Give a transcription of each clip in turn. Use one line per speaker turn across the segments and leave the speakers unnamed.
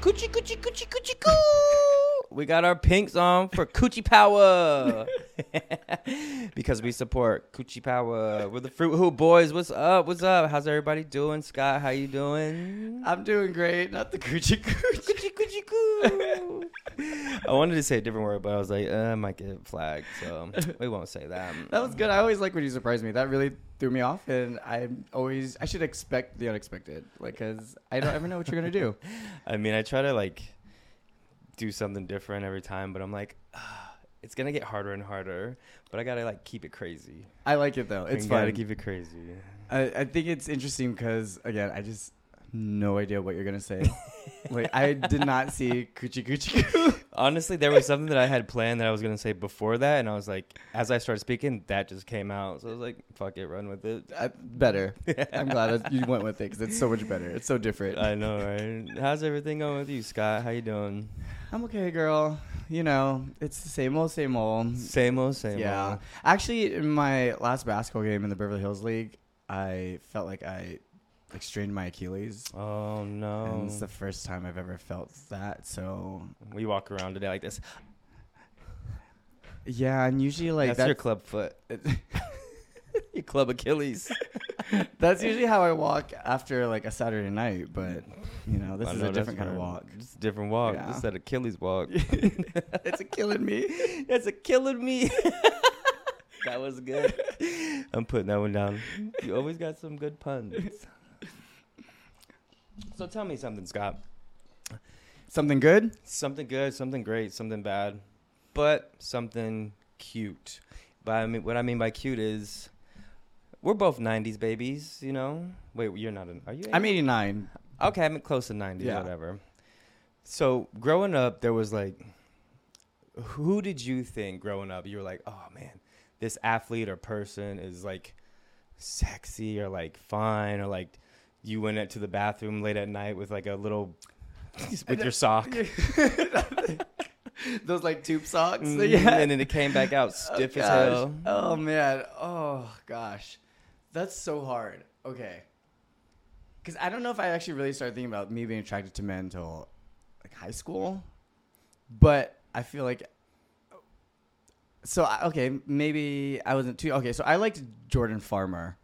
Coochie coochie coochie coochie coo. We got our pinks on for coochie power because we support coochie power. We're the Fruit Hoop Boys. What's up? What's up? How's everybody doing? Scott, how you doing?
I'm doing great. Not the coochie
Coochie
coochie.
coochie coo. I wanted to say a different word, but I was like, uh, I might get flagged, so we won't say that.
That was good. I always like when you surprise me. That really threw me off, and I'm always I should expect the unexpected, like because I don't ever know what you're gonna do.
I mean, I try to like do something different every time, but I'm like, ah, it's gonna get harder and harder. But I gotta like keep it crazy.
I like it though. It's
I
fun.
Gotta keep it crazy.
I, I think it's interesting because again, I just have no idea what you're gonna say. like I did not see coochie coochie coo.
Honestly, there was something that I had planned that I was gonna say before that, and I was like, as I started speaking, that just came out. So I was like, fuck it, run with it.
Uh, better. I'm glad that you went with it because it's so much better. It's so different.
I know, right? How's everything going with you, Scott? How you doing?
I'm okay, girl. You know, it's the same old, same old.
Same old, same
yeah.
old.
Actually, in my last basketball game in the Beverly Hills League, I felt like I like strained my Achilles.
Oh no.
And it's the first time I've ever felt that. So
we walk around today like this.
yeah, and usually like
that's, your club foot.
that's,
Your club Achilles.
that's usually how I walk after like a Saturday night. But you know, this
I
is
know,
a
that's
different kind of
hard.
walk.
It's a different walk.
Yeah.
This is that Achilles walk.
it's killing me.
That's a killing me. that was good. I'm putting that one down. You always got some good puns. So tell me something, Scott.
Something good?
Something good, something great, something bad, but something cute. But I mean, what I mean by cute is we're both '90s babies, you know. Wait, you're not an? Are you?
I'm 89.
Okay, I'm close to 90s,
Yeah.
whatever. So growing up, there was like, who did you think growing up? You were like, oh man, this athlete or person is like sexy or like fine or like you went out to the bathroom late at night with like a little with your sock.
Those like tube socks.
Mm, And then it came back out stiff as
Oh, gosh.
hell.
Oh man. Oh gosh. That's so hard. Okay. Cause I don't know if I actually really started thinking about me being attracted to men until like high school. But I feel like so I, okay, maybe I wasn't too okay, so I liked Jordan Farmer.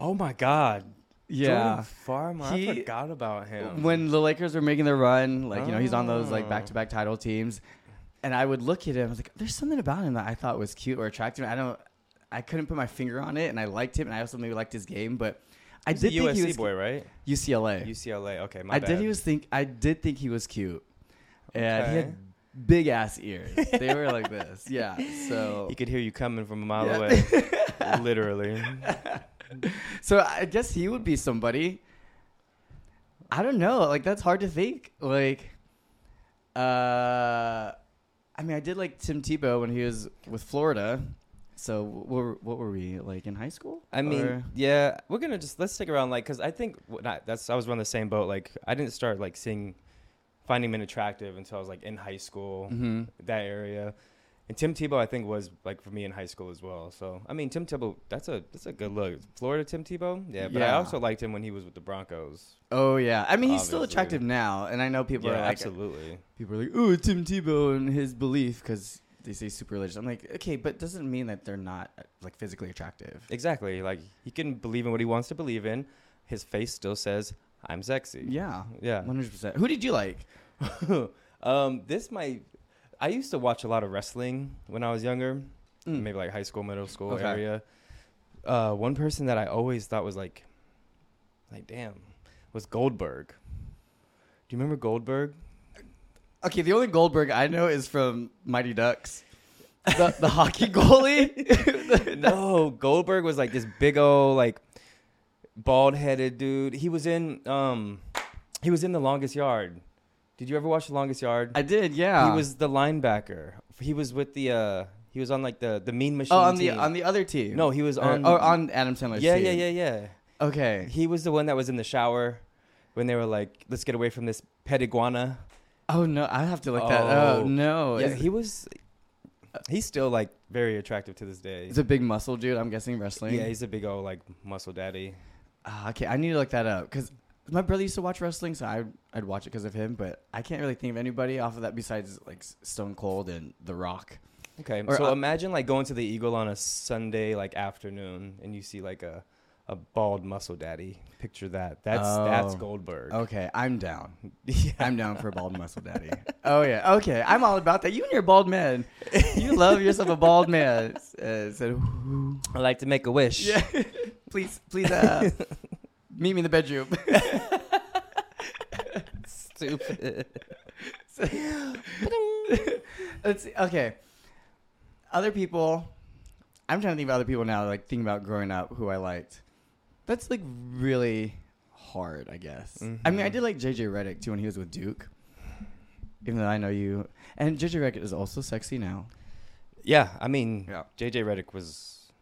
Oh my God. Jordan
Yeah.
Farmer. I
He-
forgot about him. Oh.
When the Lakers were making their run, like, you know, he's on those like back to back title teams. And I would look at him, I was like, there's something about him that I thought was cute or attractive. I don't I couldn't put my finger on it and I liked him and I also maybe liked his game, but I
He's a
did think he
USC
was
boy, right?
UCLA.
UCLA. Okay, my
I
bad.
did he was think I did think he was cute. And he
Okay.
had big ass ears. They were like this. Yeah. So
He could hear you coming from a mile
Yeah.
away. Literally.
So I guess he would be somebody. I don't know. Like that's hard to think. Like, uh, I mean, I did like Tim Tebow when he was with Florida. So what were, what were we like in high school?
I mean,
Or-
yeah, we're gonna just let's stick around, like, cause I think well, not, that's I was on the same boat. Like, I didn't start like seeing, finding men attractive until I was like in high school,
Mhm.
that area. And Tim Tebow, I think, was like for me in high school as well. So I mean, Tim Tebow, that's a that's a good look. Florida Tim Tebow, yeah. But I
Yeah.
also liked him when he was with the Broncos.
oh yeah. I mean, he's still
Obviously.
attractive now, and I know people
Yeah,
are like,
absolutely.
people are like, oh, Tim Tebow and his belief because they say super religious. I'm like, okay, but doesn't mean that they're not like physically attractive.
Exactly. Like he can believe in what he wants to believe in. His face still says, "I'm sexy."
Yeah,
Yeah.
100. percent Who did you like?
um, this might. I used to watch a lot of wrestling when I was younger,
Mm.
maybe like high school, middle school
Okay.
area. Uh, one person that I always thought was like, like damn, was Goldberg. Do you remember Goldberg?
Okay, the only Goldberg I know is from Mighty Ducks. The, the hockey goalie?
no, Goldberg was like this big old like bald headed dude. He was in um, he was in the Longest Yard. Did you ever watch the Longest Yard?
I did, yeah.
He was the linebacker. He was with the uh, he was on like the the Mean Machine.
Oh, on the
team.
on the other team.
No, he was
Or-
on.
or, Uh, oh, on Adam Sandler's
yeah,
team.
yeah, yeah, yeah.
Okay.
He was the one that was in the shower when they were like, "Let's get away from this pet iguana."
Oh no, I have to look that. Oh
Oh.
no,
yeah,
Is-
he was. He's still like very attractive to this day.
he's a big muscle dude. I'm guessing wrestling.
yeah, he's a big old like muscle daddy.
Ah, okay, I need to look that up because my brother used to watch wrestling, so I'd, I'd watch it because of him. But I can't really think of anybody off of that besides like S- Stone Cold and The Rock.
Okay,
Or uh,
so
I-
imagine like going to the Eagle on a Sunday like afternoon, and you see like a a bald muscle daddy. Picture that. That's that's
Oh.
Goldberg.
Okay, I'm down.
yeah.
I'm down for a bald muscle daddy. Oh yeah, okay. I'm all about that. You and your bald man. You love yourself a bald man. Uh, said,
I like to make a wish.
yeah. please, please, uh, meet me in the bedroom.
Stupid.
Let's see. Okay. Other people. I'm trying to think of other people now, like thinking about growing up who I liked. That's like really hard, I guess. I mean, I
Mhm.
did like JJ Reddick too when he was with Duke. Even though I know you, and JJ Reddick is also sexy now.
Yeah, I mean,
Yeah.
JJ Reddick was.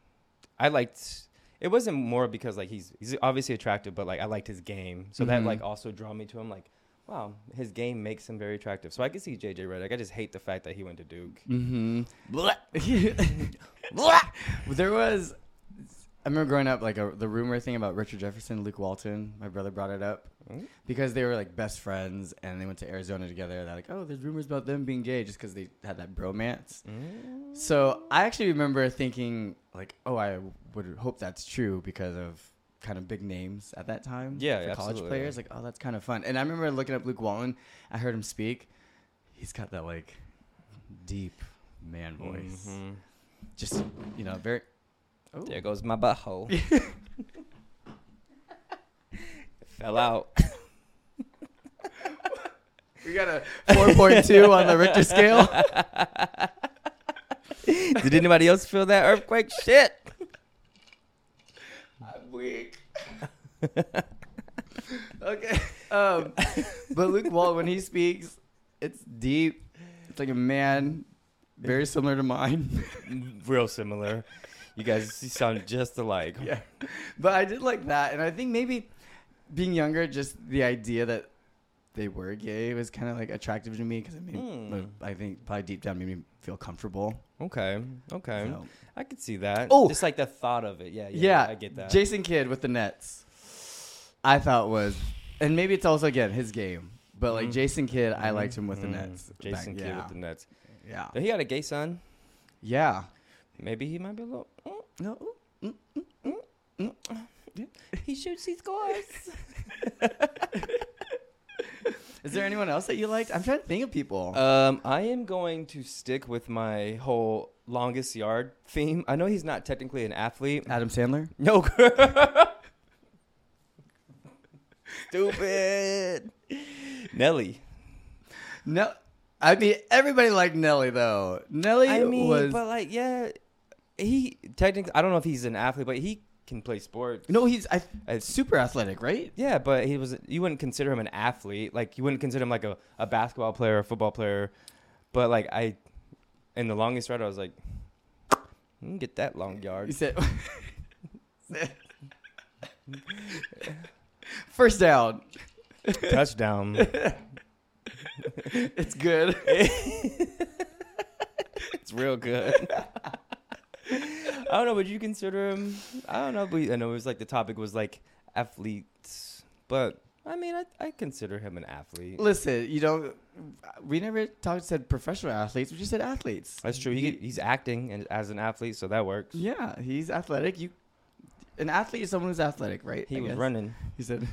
I liked. It wasn't more because like he's he's obviously attractive, but like I liked his game, so that
Mhm.
like also draw me to him. Like, wow, his game makes him very attractive. So I could see JJ Reddick. I just hate the fact that he went to Duke.
Mm-hmm. Blah. there was. I remember growing up, like a, the rumor thing about Richard Jefferson, Luke Walton. My brother brought it up
Mm.
because they were like best friends, and they went to Arizona together. They're like, oh, there's rumors about them being gay just because they had that bromance.
Mm-hmm.
So I actually remember thinking, like, oh, I would hope that's true because of kind of big names at that time.
Yeah,
for college
absolutely.
players, like, oh, that's kind of fun. And I remember looking up Luke Walton. I heard him speak. He's got that like deep man voice.
Mhm.
Just you know, very. Oh.
There goes my butthole. Fell out.
We got a 4.2 on the Richter scale.
Did anybody else feel that earthquake? Shit.
I'm weak. okay. Um, but Luke Wall, when he speaks, it's deep. It's like a man, very similar to mine.
Real similar. You guys sound just alike.
yeah. But I did like that. And I think maybe being younger, just the idea that they were gay was kind of like attractive to me because it made,
Hmm.
I think probably deep down made me feel comfortable.
Okay. Okay.
So-
I could see that.
Oh!
just like the thought of it. Yeah, yeah,
Yeah,
I get that.
Jason Kidd with the Nets, I thought was, and maybe it's also again his game, but like
Mhm.
Jason Kidd, I liked him with the
Mm,
Nets.
Jason
back,
Kidd
yeah.
with the Nets.
yeah,
Though he had a gay son.
yeah.
Maybe he might be a little. mm,
No,
He shoots, he scores.
is there anyone else that you liked? I'm trying to think of people.
um, I am going to stick with my whole longest yard theme. I know he's not technically an athlete.
Adam Sandler.
No. Stupid. Nelly.
No, I mean everybody liked Nelly though. Nelly
I mean,
was
but like, yeah, he technically. I don't know if he's an athlete, but he can play sports.
no, he's I,
It's-
super athletic, right?
Yeah, but he was. You wouldn't consider him an athlete. Like you wouldn't consider him like a, a basketball player, a football player. But like I, in the longest yard, I was like, "You can get that long
He
yard.
said. First down.
Touchdown.
It's good.
It's real good. I don't know. Would you consider him? I don't know. But I know it was like the topic was like athletes, but I mean, I, I consider him an athlete.
Listen, you don't. We never talked said professional athletes. We just said athletes.
That's true. He, he's acting and as an athlete, so that works.
Yeah, he's athletic. You, an athlete is someone who's athletic, right?
He
I
was
guess.
running.
He said.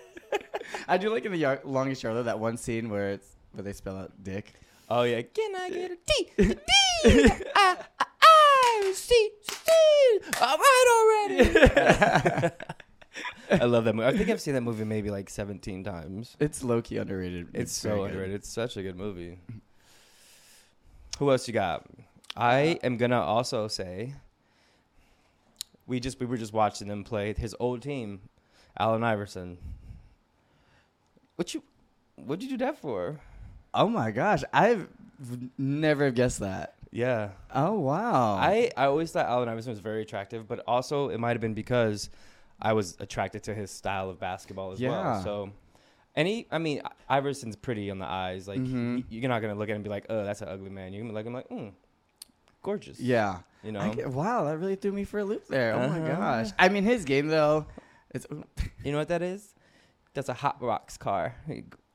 I do like in the yard, longest yard though that one scene where it's where they spell out dick.
Oh yeah, can I get a D? A D? I, I, I, C, C. All right already. I love that movie. I think I've seen that movie maybe like 17 times.
It's low key underrated.
It's, so
very good.
underrated. It's such a good movie. Who else you got? I am gonna also say we just we were just watching them play his old team, Allen Iverson. What you what'd you do that for?
Oh my gosh, I've never guessed that.
Yeah.
Oh wow.
I, I always thought Allen Iverson was very attractive, but also it might have been because I was attracted to his style of basketball as well.
Yeah.
So, any, I mean, I- Iverson's pretty on the eyes. Like,
Mhm.
y- you're not going to look at him and be like, oh, that's an ugly man. You're going to be like, I'm like, mm, gorgeous.
Yeah.
You know,
I get- wow, that really threw me for a loop there. Oh my
Uh-huh.
gosh. I mean, his game though, it's uh,
you know what that is? That's a Hot Rocks car.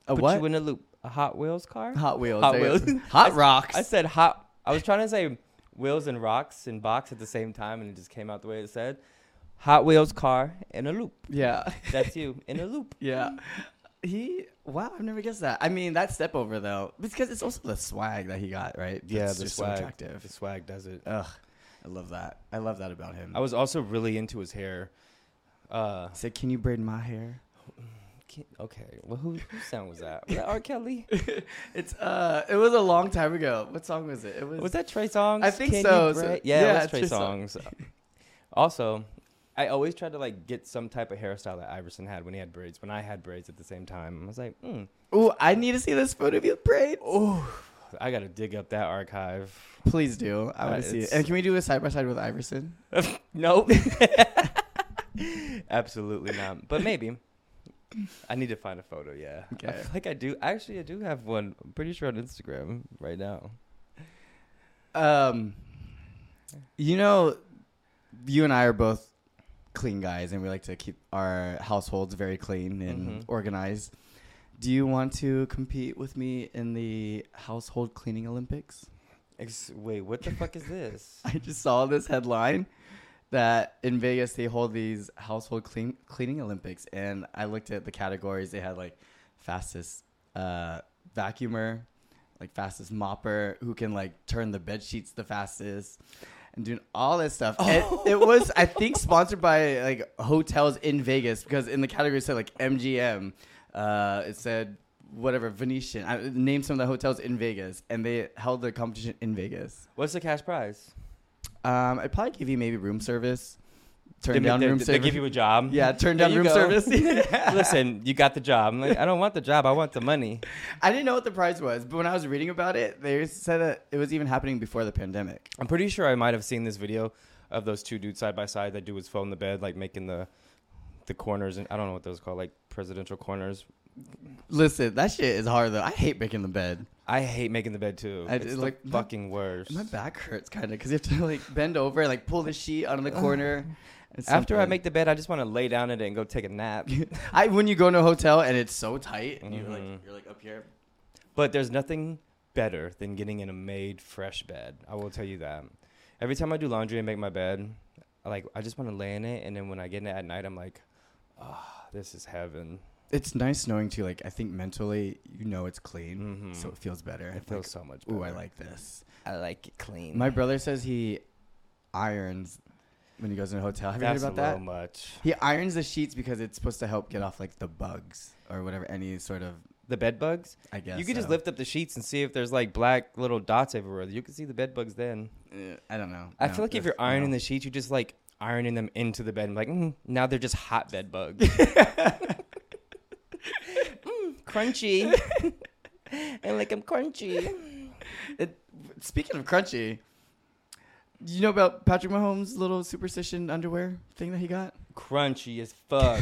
a
Put
what?
you in a loop. A Hot Wheels car.
Hot Wheels.
Hot
there you go.
Wheels.
Hot Rocks.
I said hot. I was trying to say wheels and rocks and box at the same time, and it just came out the way it said. Hot Wheels car in a loop.
yeah.
That's you in a loop.
Yeah. He wow, I've never guessed that. I mean, that step over though, because it's also the swag that he got, right? That's just so
The
attractive.
swag does it.
Ugh, I love that. I love that about him.
I was also really into his hair. Uh,
I said, "Can you braid my hair?"
ki- okay. Well, who, who sound was that? Was that R. Kelly?
It's uh, it was a long time ago. What song was it? It was,
Was that Trey Songz?
I think
you
so, so-
bra- yeah,
yeah,
it was Trey,
Trey Song-
Songs. also, I always tried to like get some type of hairstyle that Iverson had when he had braids. When I had braids at the same time, I was like, hmm,
Ooh, I need to see this photo of you with braids.
Oh, I gotta dig up that archive.
Please do. I
Uh,
want to see it.
it's-
And can we do a side by side with Iverson?
Nope. Absolutely not. But maybe. I need to find a photo. Yeah. I
Okay.
feel like I do. Actually, I do have one. I'm pretty sure on Instagram right now.
Um, you know, you and I are both clean guys, and we like to keep our households very clean and
Mhm.
organized. Do you want to compete with me in the household cleaning Olympics?
Ex- wait, what the fuck is this?
I just saw this headline that in Vegas they hold these household clean cleaning Olympics, and I looked at the categories. They had like fastest uh, vacuumer, like fastest mopper, who can like turn the bed sheets the fastest, and doing all this stuff. And it was I think sponsored by like hotels in Vegas because in the category it said like MGM. Uh, it said whatever Venetian. I named some of the hotels in Vegas, and they held the competition in Vegas.
What's the cash prize?
Um, I'd probably give you maybe room service. Turn
They make-
down
they,
room
they,
service.
give you a job.
yeah, turn
There
down
you
room
go.
service.
Listen, you got the job. I'm like, I don't want the job. I want the money.
I didn't know what the prize was, but when I was reading about it, they said that it was even happening before the pandemic.
I'm pretty sure I might have seen this video of those two dudes side by side that do his phone in the bed, like making the the corners and I don't know what those are called, like presidential corners.
Listen, that shit is hard though. I hate making the bed.
I hate making the bed too.
I-
it's
it's
the
like-
fucking worst.
My back hurts kind of because you have to like bend over and like pull the sheet out of the corner. It's
After I
something.
make the bed, I just want to lay down in it and go take a nap.
I when you go into a hotel and it's so tight and you're like
Mhm.
you're like up here.
but there's nothing better than getting in a made fresh bed. I will tell you that. Every time I do laundry and make my bed, I like I just want to lay in it, and then when I get in it at night, I'm like, ah, this is heaven.
It's nice knowing too. Like I think mentally, you know, it's clean,
Mhm.
so Mm-hmm. it feels better.
It feels so much.
Like,
better.
Ooh, I like this.
I like it clean.
My brother says he irons when he goes in a hotel. Have you heard
That's
about
a little
that?
much.
He irons the sheets because it's supposed to help get off like the bugs or whatever any sort of
The bed bugs.
I guess.
you could just
so.
lift up the sheets and see if there's like black little dots everywhere. You can see the bed bugs then.
Uh, I don't know.
I
No,
feel like if
that's-
you're ironing
no.
the sheets, you're just like ironing them into the bed. and like, mm, now they're just hot bed bugs. Mm, crunchy. and like I'm crunchy.
It, speaking of crunchy, you know about Patrick Mahomes' little superstition underwear thing that he got?
Crunchy as fuck.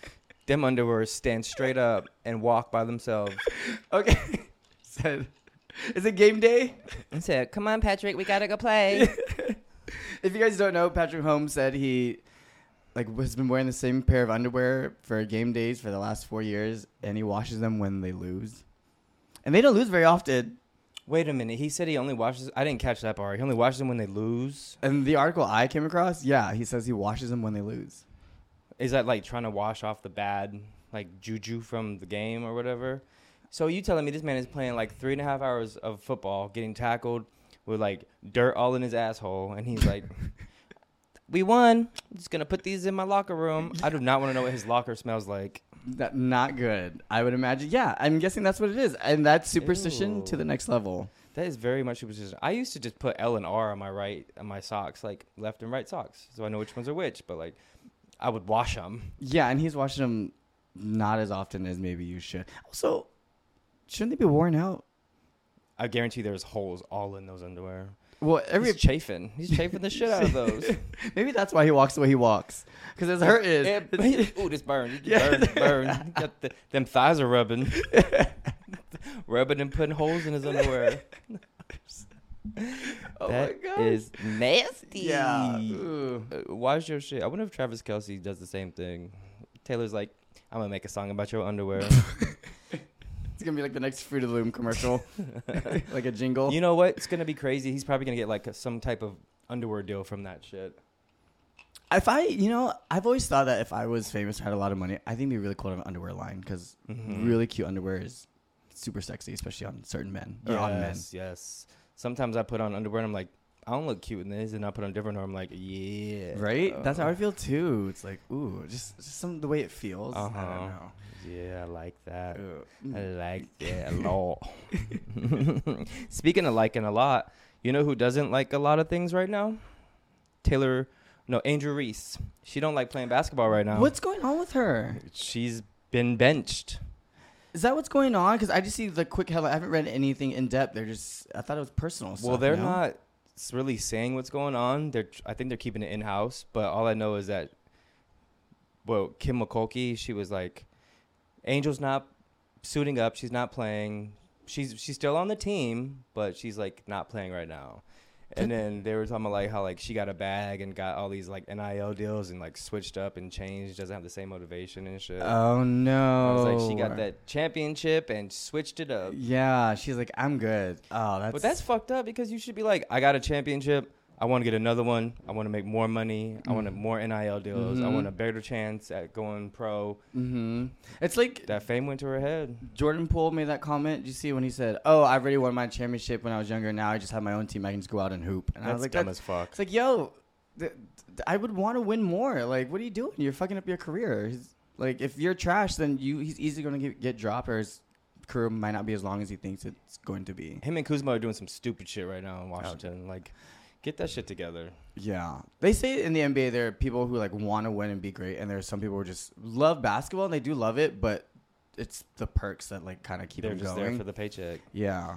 them underwear stand straight up and walk by themselves.
Okay. Said, is it game day?
And said, Come on, Patrick, we gotta go play.
If you guys don't know, Patrick Holmes said he like has been wearing the same pair of underwear for game days for the last four years, and he washes them when they lose. And they don't lose very often.
Wait a minute. He said he only washes I didn't catch that part. He only washes them when they lose.
And the article I came across, yeah, he says he washes them when they lose.
Is that like trying to wash off the bad like juju from the game or whatever? So you telling me this man is playing like three and a half hours of football, getting tackled with like dirt all in his asshole, and he's like, "We won. I'm just gonna put these in my locker room. I do not want to know what his locker smells like."
That not good. I would imagine. Yeah, I'm guessing that's what it is, and that's superstition to
Ew.
the next level.
That is very much superstition. I used to just put L and R on my right on my socks, like left and right socks, so I know which ones are which. But like, I would wash them.
Yeah, and he's washing them not as often as maybe you should. Also, shouldn't they be worn out?
I guarantee there's holes all in those underwear.
Well, every
He's chafing. He's chafing the shit out of those.
maybe that's why he walks the way he walks because his hurt is.
It- Eh, ooh, this burn.
Yeah.
Burn, burn. Got the, them thighs are rubbing. rubbing and putting holes in his underwear.
Oh
That
my god.
is nasty.
yeah. Ooh.
Uh, Watch your shit. I wonder if Travis Kelsey does the same thing. Taylor's like, I'm gonna make a song about your underwear.
It's gonna be like the next Fruit of the Loom commercial, like a jingle.
you know what? It's gonna be crazy. He's probably gonna get like some type of underwear deal from that shit.
if I, you know, I've always thought that if I was famous, or had a lot of money, I think it'd be really cool to have an underwear line because
Mhm.
really cute underwear is super sexy, especially on certain men or on men.
Yes, yes. Sometimes I put on underwear and I'm like, I don't look cute in this, and I put on different, or I'm like, yeah,
Right? That's how I feel too. It's like, ooh, just just some the way it feels.
Uh-huh.
I
Yeah, I like that.
don't know.
I like that a lot. Speaking of liking a lot, you know who doesn't like a lot of things right now? Taylor, no, Angel Reese. She don't like playing basketball right now.
What's going on with her?
She's been benched.
Is that what's going on? Because I just see the quick headline. I haven't read anything in depth. They're just. I thought it was personal.
well,
stuff,
they're
no?
not s- really saying what's going on. They're, tr- I think they're keeping it in house. But all I know is that, well, Kim McCulkey, she was like, Angel's not suiting up. She's not playing. She's she's still on the team, but she's like not playing right now. And then they were talking about like how like she got a bag and got all these like NIL deals and like switched up and changed. Doesn't have the same motivation and shit.
Oh
I
no!
was like, she got that championship and switched it up.
Yeah, she's like, I'm good. Oh, that's.
But that's fucked up because you should be like, I got a championship. I want to get another one. I want to make more money. I want to
Mm-hmm.
more NIL deals. I
Mhm.
want a better chance at going pro.
hmm It's like
That fame went to her head.
Jordan Poole made that comment. Did you see when he said, "Oh, I already won my championship when I was younger. Now I just have my own team. I can just go out and hoop." And I
That's
was like,
dumb
that's-
as fuck.
"It's like, yo, th- th- I would want to win more. Like, what are you doing? You're fucking up your career. He's- like, if you're trash, then you he's easily going to get, get dropped, or his career might not be as long as he thinks it's going to be."
Him and Kuzma are doing some stupid shit right
Oh,
now in Washington. Like, get that shit together.
Yeah, they say in the NBA there are people who like want to win and be great, and there are some people who just love basketball and they do love it, but it's the perks that like kind of keep
They're
them
just
going.
there for the paycheck.
yeah,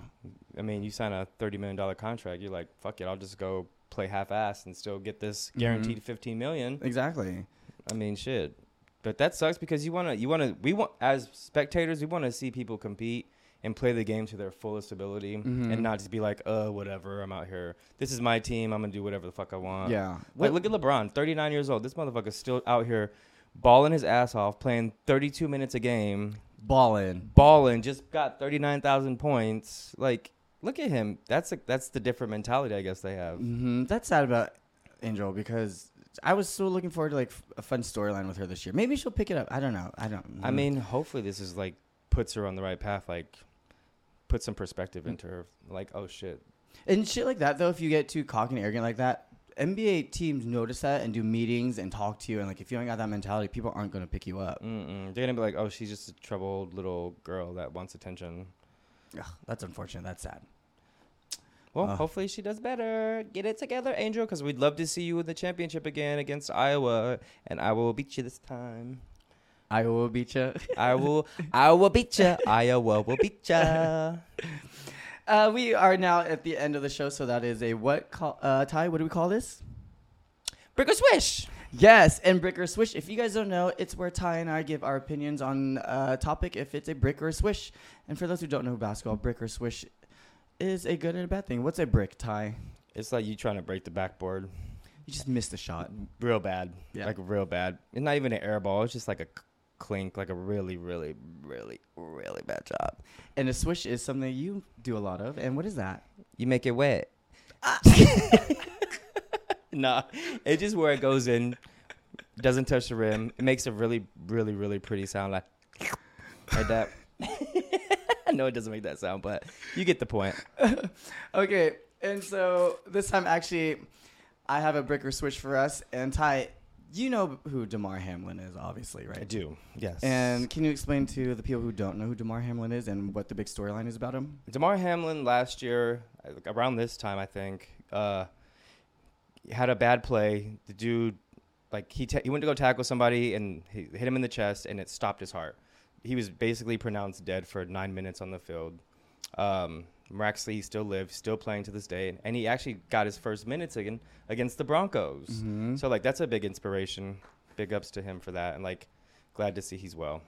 I mean, you sign a thirty million dollar contract. You're like, fuck it. I'll just go play half ass and still get
Mm-hmm.
this guaranteed fifteen million.
exactly.
I mean, shit. But that sucks because you wanna, you wanna, we want as spectators, we want to see people compete and play the game to their fullest ability, and not just be like, uh, whatever. I'm out here. This is my team. I'm gonna do whatever the fuck I want.
yeah,
Uh, Like, look at LeBron, 39 years old. This motherfucker's still out here, balling his ass off, playing 32 minutes a game,
balling.
balling. Just got 39,000 points. Like, look at him. That's a, that's the different mentality I guess they have.
hmm That's sad about Angel because I was so looking forward to like f- a fun storyline with her this year. Maybe she'll pick it up. I don't know. I don't.
I mean, hopefully this is like puts her on the right path, like put some perspective into her. Like, oh shit.
and shit like that though. If you get too cocky and arrogant like that. NBA teams notice that and do meetings and talk to you and like if you ain't got that mentality, people aren't gonna pick you up.
Mm-mm. They're gonna be like, oh, she's just a troubled little girl that wants attention.
Ugh, that's unfortunate. That's sad.
Well,
Uh.
hopefully she does better. Get it together, Angel, because we'd love to see you in the championship again against Iowa, and I will beat you this time.
Iowa beat you.
I will, I will beat you. Iowa will beat you.
Uh, we are now at the end of the show, so that is a what call, uh, Ty? What do we call this?
Brick or swish.
Yes, and brick or swish. If you guys don't know, it's where Ty and I give our opinions on a topic, if it's a brick or a swish. And for those who don't know basketball, brick or swish is a good and a bad thing. What's a brick, Ty?
It's like you trying to break the backboard.
You just missed the shot.
real bad.
Yeah.
Like real bad. It's not even an air ball. It's just like a c- clink, like a really, really, really, really bad job.
And a swish is something you do a lot of. And what is that?
You make it wet. nah, it's just where it goes in, doesn't touch the rim. It makes a really, really, really pretty sound like like that. I know it doesn't make that sound, but you get the point.
Okay, and so this time actually, I have a brick or swish for us. And Ty, you know who Damar Hamlin is, obviously, right?
I do, yes.
And can you explain to the people who don't know who Damar Hamlin is and what the big storyline is about him?
Damar Hamlin last year, like, around this time, I think, uh, had a bad play. The dude, like, he, ta- he went to go tackle somebody and he hit him in the chest and it stopped his heart. He was basically pronounced dead for nine minutes on the field. Um, miraculously, he still lived, still playing to this day. And he actually got his first minutes again against the Broncos.
Mm-hmm.
So, like, that's a big inspiration. Big ups to him for that. And, like, glad to see he's well.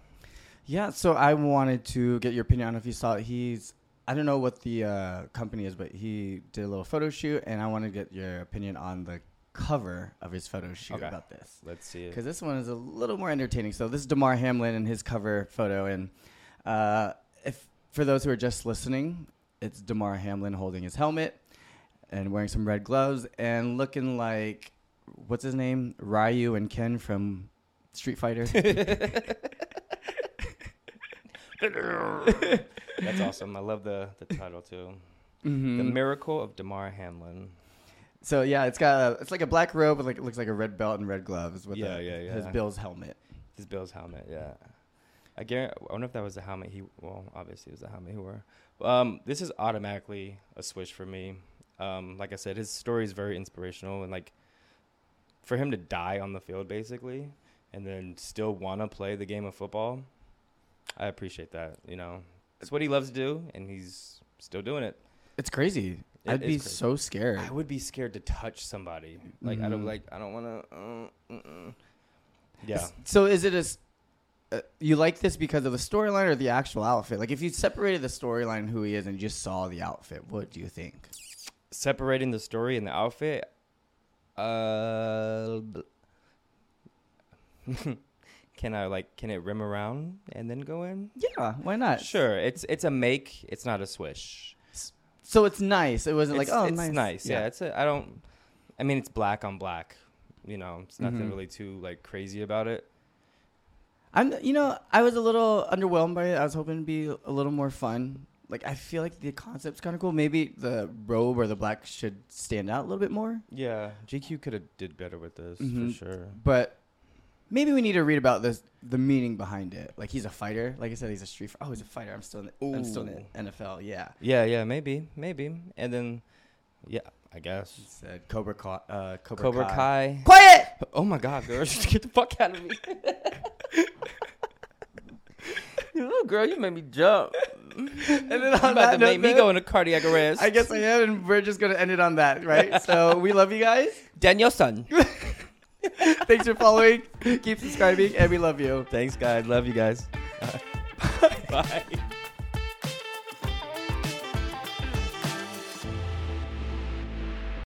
Yeah, so I wanted to get your opinion on if you saw he's I don't know what the uh, company is, but he did a little photo shoot, and I want to get your opinion on the cover of his photo shoot
Okay.
about this.
Let's see it.
Because this one is a little more entertaining. So this is Damar Hamlin and his cover photo, and uh, if for those who are just listening, it's Damar Hamlin holding his helmet and wearing some red gloves and looking like what's his name, Ryu and Ken from Street Fighter.
That's awesome. I love the, the title too.
Mhm.
The Miracle of Damar Hamlin.
So yeah, it's got a, it's like a black robe with like it looks like a red belt and red gloves with
Yeah,
a-
yeah,
his
yeah.
Bill's helmet.
His Bill's helmet, yeah. I guarantee, I wonder if that was the helmet he. Well, obviously it was the helmet he wore. Um, this is automatically a switch for me. Um, like I said, his story is very inspirational, and like for him to die on the field basically, and then still want to play the game of football, I appreciate that. You know, it's what he loves to do, and he's still doing it.
It's crazy.
It
I'd
is
be
crazy.
so scared.
I would be scared to touch somebody. Like I don't
Mhm.
like. I don't want to. Uh, mm-mm. yeah.
S- So is it as uh, you like this because of the storyline or the actual outfit? Like if you separated the storyline and who he is and just saw the outfit, what do you think?
separating the story and the outfit uh b- can i like can it rim around and then go in
Yeah, why not?
sure it's it's a make it's not a swish
So it's nice. It wasn't
it's,
like oh,
it's
nice.
yeah. it's a i don't i mean it's black on black you know it's nothing
Mhm.
really too like crazy about it
I'm you know I was a little underwhelmed by it. I was hoping to be a little more fun. Like I feel like the concept's kind of cool. Maybe the robe or the black should stand out a little bit more.
yeah gq could have did better with this
Mhm.
for sure
But maybe we need to read about this the meaning behind it. Like he's a fighter. Like I said, he's a street. Oh, he's a fighter. I'm still in the, I'm still in
Ooh.
the NFL. Yeah.
yeah yeah maybe maybe and then yeah i guess
It said Cobra Kai. Uh, Cobra,
cobra
Kai.
kai
Quiet.
Oh my god, girl, just get the fuck out of me. you little girl, you made me jump.
And then
You
on
about
that
to
note,
make me
then-
go into cardiac arrest.
I guess I am, and we're just gonna end it on that, right? so we love you guys.
Daniel son.
Thanks for following. Keep subscribing, and we love you.
Thanks guys. Love you guys. Bye.